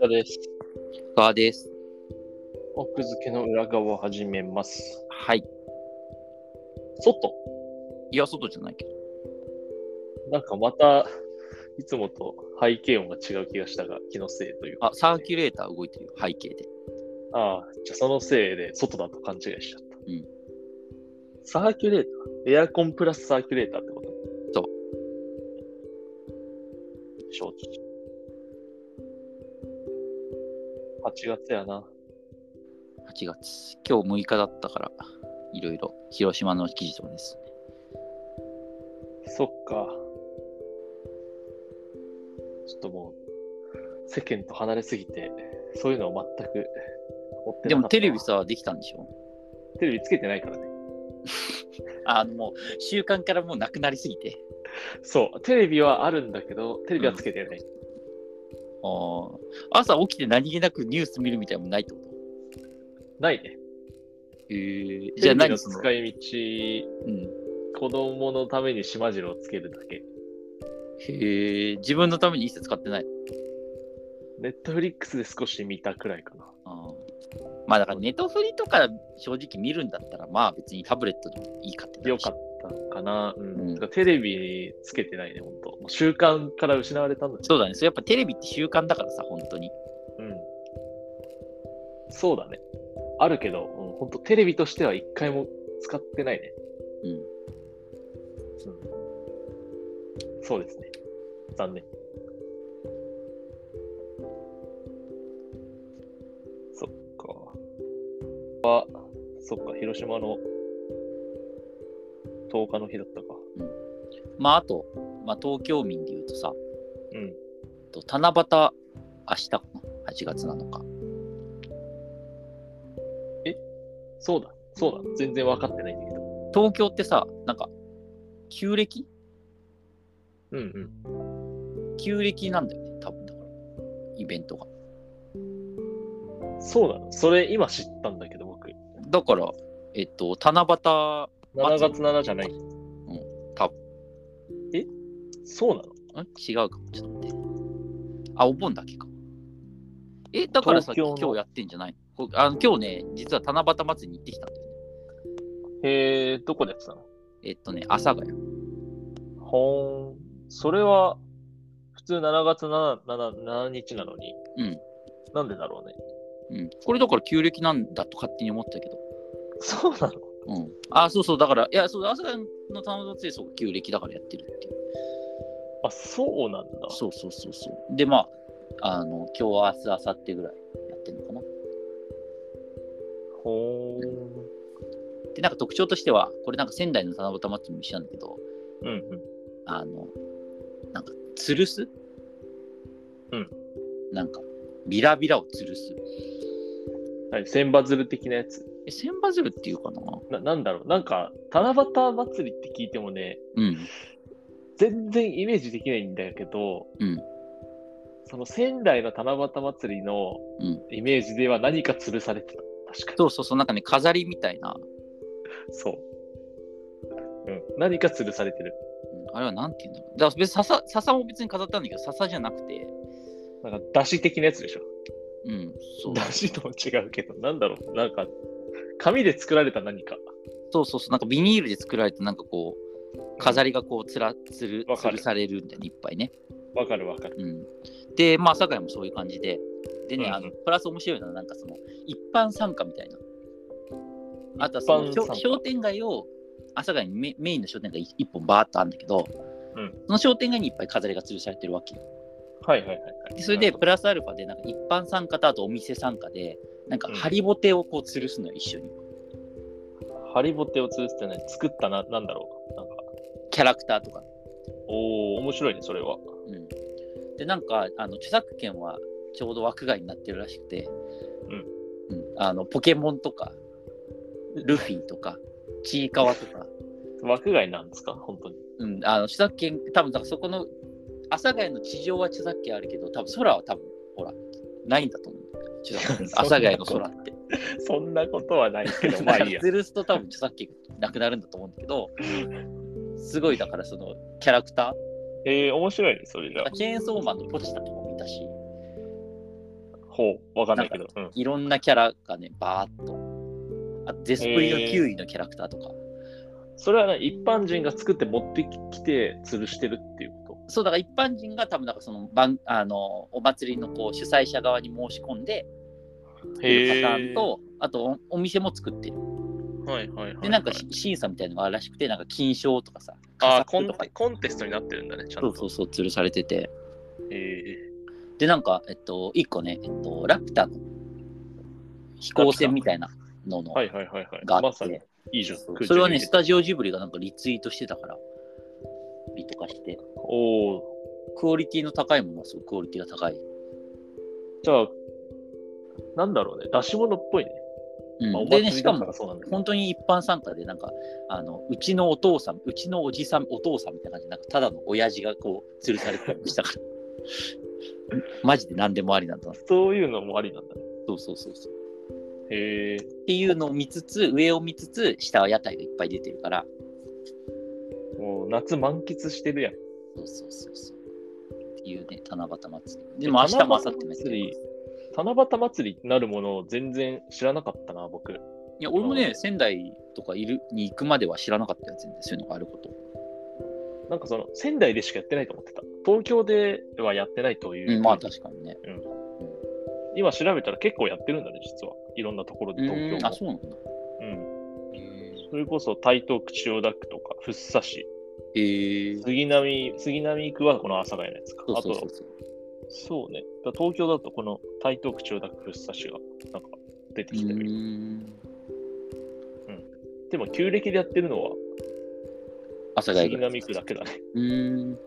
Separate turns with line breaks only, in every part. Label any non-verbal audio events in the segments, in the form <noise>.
田です。
川です。
奥付けの裏側を始めます。
はい。
外
いや、外じゃないけど。
なんかまた、いつもと背景音が違う気がしたが、気のせいという
あ、サー
ュ
キュレーター動いてるよ、背景で。
ああ、じゃあそのせいで外だと勘違いしちゃった。
うん
サーキュレーターエアコンプラスサーキュレーターってこと。
そう
承知。8月やな。
8月。今日6日だったから、いろいろ広島の記事とかですね。
そっか。ちょっともう、世間と離れすぎて、そういうのを全く追ってなかった
でもテレビ。さ、できたんでしょ
テレビつけてないからね。
あの、もう習慣からもうなくなりすぎて。
そう、テレビはあるんだけど、テレビはつけてない。
あー朝起きて何気なくニュース見るみたいなのもないってこと
ないね。
えー、じ
テ
ゃあ
レビ
何
の
その、
使い
うん、
道、子供のためにしまじろをつけるだけ。
へえ、自分のために一切使ってない。
ネットフリックスで少し見たくらいかな。
あーまあだからネトフリとか正直見るんだったら、まあ別にタブレットでもいいかってなる
よ
し
かったかな。うん。
うん
てかテレビつけてないね、ほんと。もう習慣から失われたんだね
そうだね。それやっぱテレビって習慣だからさ、本当に。
うん。そうだね。あるけど、うん、本当テレビとしては一回も使ってないね。
うん。
うん。そうですね。残念。そっか。は、そっか、広島の10日の日だったか。
まああと、まあ、東京民で言うとさ、
うん。
と七夕、明日かな ?8 月7日。
そうだ、そうだ。全然分かってないんだけど。
東京ってさ、なんか、旧暦
うんうん。
旧暦なんだよね、多分だから。イベントが。
そうなの。それ今知ったんだけど、僕。
だから、えっと、七夕、
7月7じゃない。
うん、多分。
そうなの
ん違うかも、ちょっと待って。あ、お盆だけか。え、だからさ、
東京
今
の
日やってんじゃないのこあの今日ね、実は七夕祭りに行ってきたんだよね。
へえ、どこでやってたの
えっとね、阿佐ヶ谷。
ほーん。それは、普通7月 7, 7, 7日なのに、
うん。
なんでだろうね。
うん、これだから旧暦なんだと勝手に思ってたけど。
そうなの
うん、あ、そうそう、だから、いや、そう、朝の玉の清掃が旧暦だからやってるっていう。
あ、そうなんだ。
そうそうそうそう。で、まあ、あの、今日、明日、明後日ぐらいやってるのかな。
ほーん。
で、なんか特徴としては、これなんか仙台の七夕祭りも一緒なんだけど、
うんうん。
あの、なんか、吊るす
うん。
なんか、ビラビラを吊るす。
はい、千羽鶴的なやつ。
え、千羽鶴っていうかな
な、なんだろう。なんか、七夕祭りって聞いてもね、
うん。
全然イメージできないんだけど、
うん。
その仙台の七夕祭りの
うん
イメージでは何か吊るされてた。確か
そうそうそう、なんかね、飾りみたいな、
に。そう。うん。何か吊るされてる。
うんあれはなんていうんだろう。だから別に笹、笹も別に飾ったんだけど、笹じゃなくて、
なんか、出汁的なやつでしょ。
うん、そう。
だしとも違うけど、なんだろう、なんか、紙で作られた何か。
そうそうそう、なんかビニールで作られて、なんかこう、飾りがこう、つら、つる、
わか
つ
る
るされるんだよね、いっぱいね。
わかるわかる。
うん。で、まあ、酒井もそういう感じで、でね、
うんうん
あの、プラス面白いのは、なんかその、一般参加みたいな。あとはその、
一般
商
参加
商店街を、朝霞にメメインの商店街一本バーっとあるんだけど、
うん
その商店街にいっぱい飾りが吊るされてるわけよ。
はいはいはい、は
で
い。
それで、プラスアルファで、なんか一般参加とあとお店参加で、なんか
うん
ハリボテをこう吊るすのよ、一緒に。
ハリボテを通じてね、作ったな、なんだろう。なんか、
キャラクターとか。
おー、面白いね、それは。
うん、でなんかあの著作権はちょうど枠外になってるらしくて、うんあのポケモンとかルフィとかちいかわとか、
枠外なんですか、本当に。
うん、あの著作権多分だからそこの阿佐ヶ谷の地上は著作権あるけど多分空は多分ほらないんだと <laughs> 思う著作権
いや
阿佐ヶ谷の空って
<laughs>
<laughs>
そんなことはないけど、まあいいや。
ズルスと多分著作権なくなるんだと思うんだけど、すごいだからそのキャラクタ
えー、面白いね、それじゃあ
ー、。チェーンソーマンのポチタとかもいたし、
ほう、わかんないけど。うん。
いろんなキャラがね、バーっと。あとデスプリの9位のキャラクターとか。
それはね、一般人が作って持ってきて吊るしてるっていうこ
そうだから一般人が多分なんかその番あのお祭りのこう主催者側に申し込んでっていうパターンと、あとおお店も作ってる
はいはいはい。
でなんかし審査みたいなのがあるらしくてなんか金賞とかさ
あー
佳
コ
作
ン
とか
テコンテストになってるんだね、ちゃん
そ
と。
うそうそう吊るされてて
え
でなんかえっと一個ね、えっと、ラピュタの飛行船みたいなのの
ーはいはいはいはい。
があ
ま
って、
さに、いいじゃん。
それは
空中に浮
ね
いて
スタジオジブリがなんかリツイートしてたからリとかして
おおー
クオリティの高いものはすごいクオリティが高い、
じゃあ、なんだろうね、出し物っぽいね。
うん
まあ、お
で
祭
ね
り
しか
だ
も
からそうなんだけど。
本当に一般参加でなんかあのうちのお父さんうちのおじさんお父さんみたいな感じでなんかただの親父がこう吊るされてたりしたから <laughs> マジで何でもありなんだな
そういうのもありなんだね。
そうそうそうそう
へえ。
っていうのを見つつ上を見つつ下は屋台がいっぱい出てるから
もう夏満喫してるやん。
そうそうそうそうっていうね七夕祭りでも明日も明後日もやってるい
七夕祭りなるものを全然知らなかったな、僕。
や俺もね仙台とかいるに行くまでは知らなかったやつですよそういうのがあること
なんかその、仙台でしかやってないと思ってた。東京ではやってないというう。
んまあ確かにね
今調べたら結構やってるんだね、実は。いろんなところで東京
うん
も
あ。そうなんだ
うん。
え
それこそ台東区千代田区とか、福生市、
へえ
杉並、杉並区はこの阿佐ヶ谷のやつか。
そう
あ
そう
と
そう、そう
そうね。だから東京だとこの台東区千代田区福生市がなんか出てきて
う
る。
ん
でも旧暦でやってるのは
朝がい
杉
る
並区だけだね。 <laughs>
うーん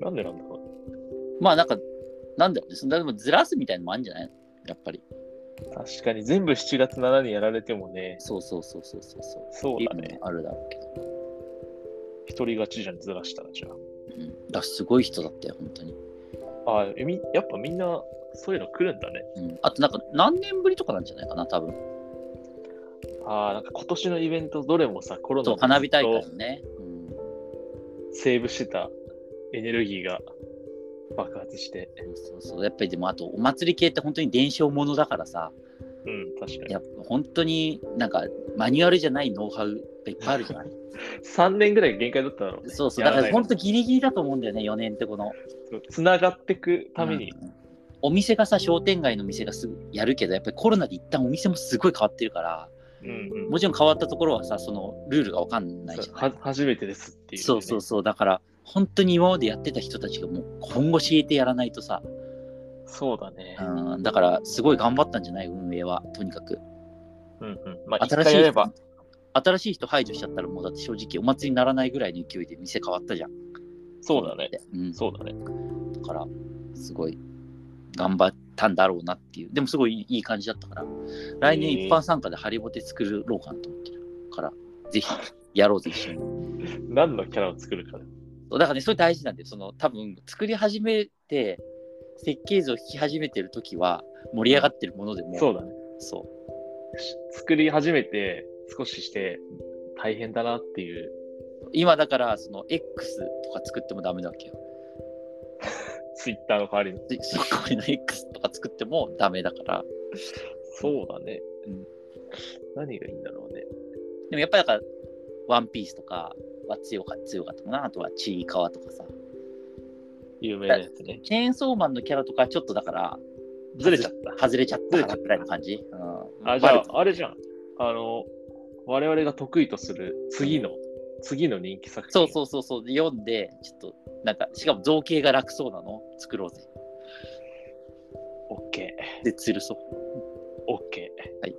なんでなんだろうね。
まあなんか、なんだろうね、そのでもずらすみたいなのもあるんじゃないのやっぱり。
確かに全部7月7にやられてもね、
そうそうそうそうそうそう。
そうだ
ってい
ね
う。のもあるだろうけど。
一人勝ちじゃん、ずらしたらじゃ
うん、だからすごい人だったよ、本当に。
あ。あーえみやっぱみんなそういうの来るんだね。
うん、あとなんか何年ぶりとかなんじゃないかな、多分。
ああ、なんか今年のイベントどれもさ、コロナ
そう、
で
花火大
ず
会
っ
のね。うん。
とセーブしてたエネルギーが爆発して。
そうそうそう。やっぱりでもあとお祭り系って本当に伝承ものだからさ、
うん、確かに。
やっぱ本当になんかマニュアルじゃないノウハウがいっぱいある
<laughs>
じゃない
3年ぐらいが限界だっただろうね。
そうそう。
や
だか
らない
ら本当ギリギリだと思うんだよね、4年ってこの。
つながってくために
う。んお店がさ商店街の店がすぐやるけどやっぱりコロナで一旦お店もすごい変わってるから
うんうん
もちろん変わったところはさそのルールが分かんないじゃない
は初めてですっていう、ね。
そうそうそうだから本当に今までやってた人たちがもう今後教えてやらないとさ、
そうだね。
うん、だからすごい頑張ったんじゃない運営はとにかく
うんうん。まあ、
新
新
し
し
い
いやれば
人。新しい人排除しちゃったらもうだって正直お祭りにならないぐらいの勢いで店変わったじゃん
そうだね。、
うん、
そうだね。
だからすごい頑張ったんだろうなっていうでもすごいいい感じだったから来年一般参加でハリボテ作ろうかなと思ってるからぜひやろうぜ一緒に
何のキャラを作るかね。
そうだからねそれ大事なんだよその多分作り始めて設計図を引き始めてる時は盛り上がってるものでも
そうだね。
そう
し作り始めて、少しして、大変だなっていう。
今だからその X とか作ってもダメなわけよ
ツイッターの代わりに。
でそこへの <laughs> X とか作ってもダメだから
そうだね。
うん
何がいいんだろうね。
でもやっぱりだからワンピースとかは強か強かったかなあとはちいかわとかさ
有名なやつね。
チェーンソーマンのキャラとかちょっとだから
ずれちゃった。
外れちゃったかなぐらいの感じ。うん
あ、じ
バ
ゃ
レ
あ、あれじゃん。あの、我々が得意とする次の、次の人気作
そ
品。
うそうそうそう読んでちょっとなんかしかも造形が楽そうなの作ろうぜ
う。オッケ
で吊るそう
ー。オッケー。
はい。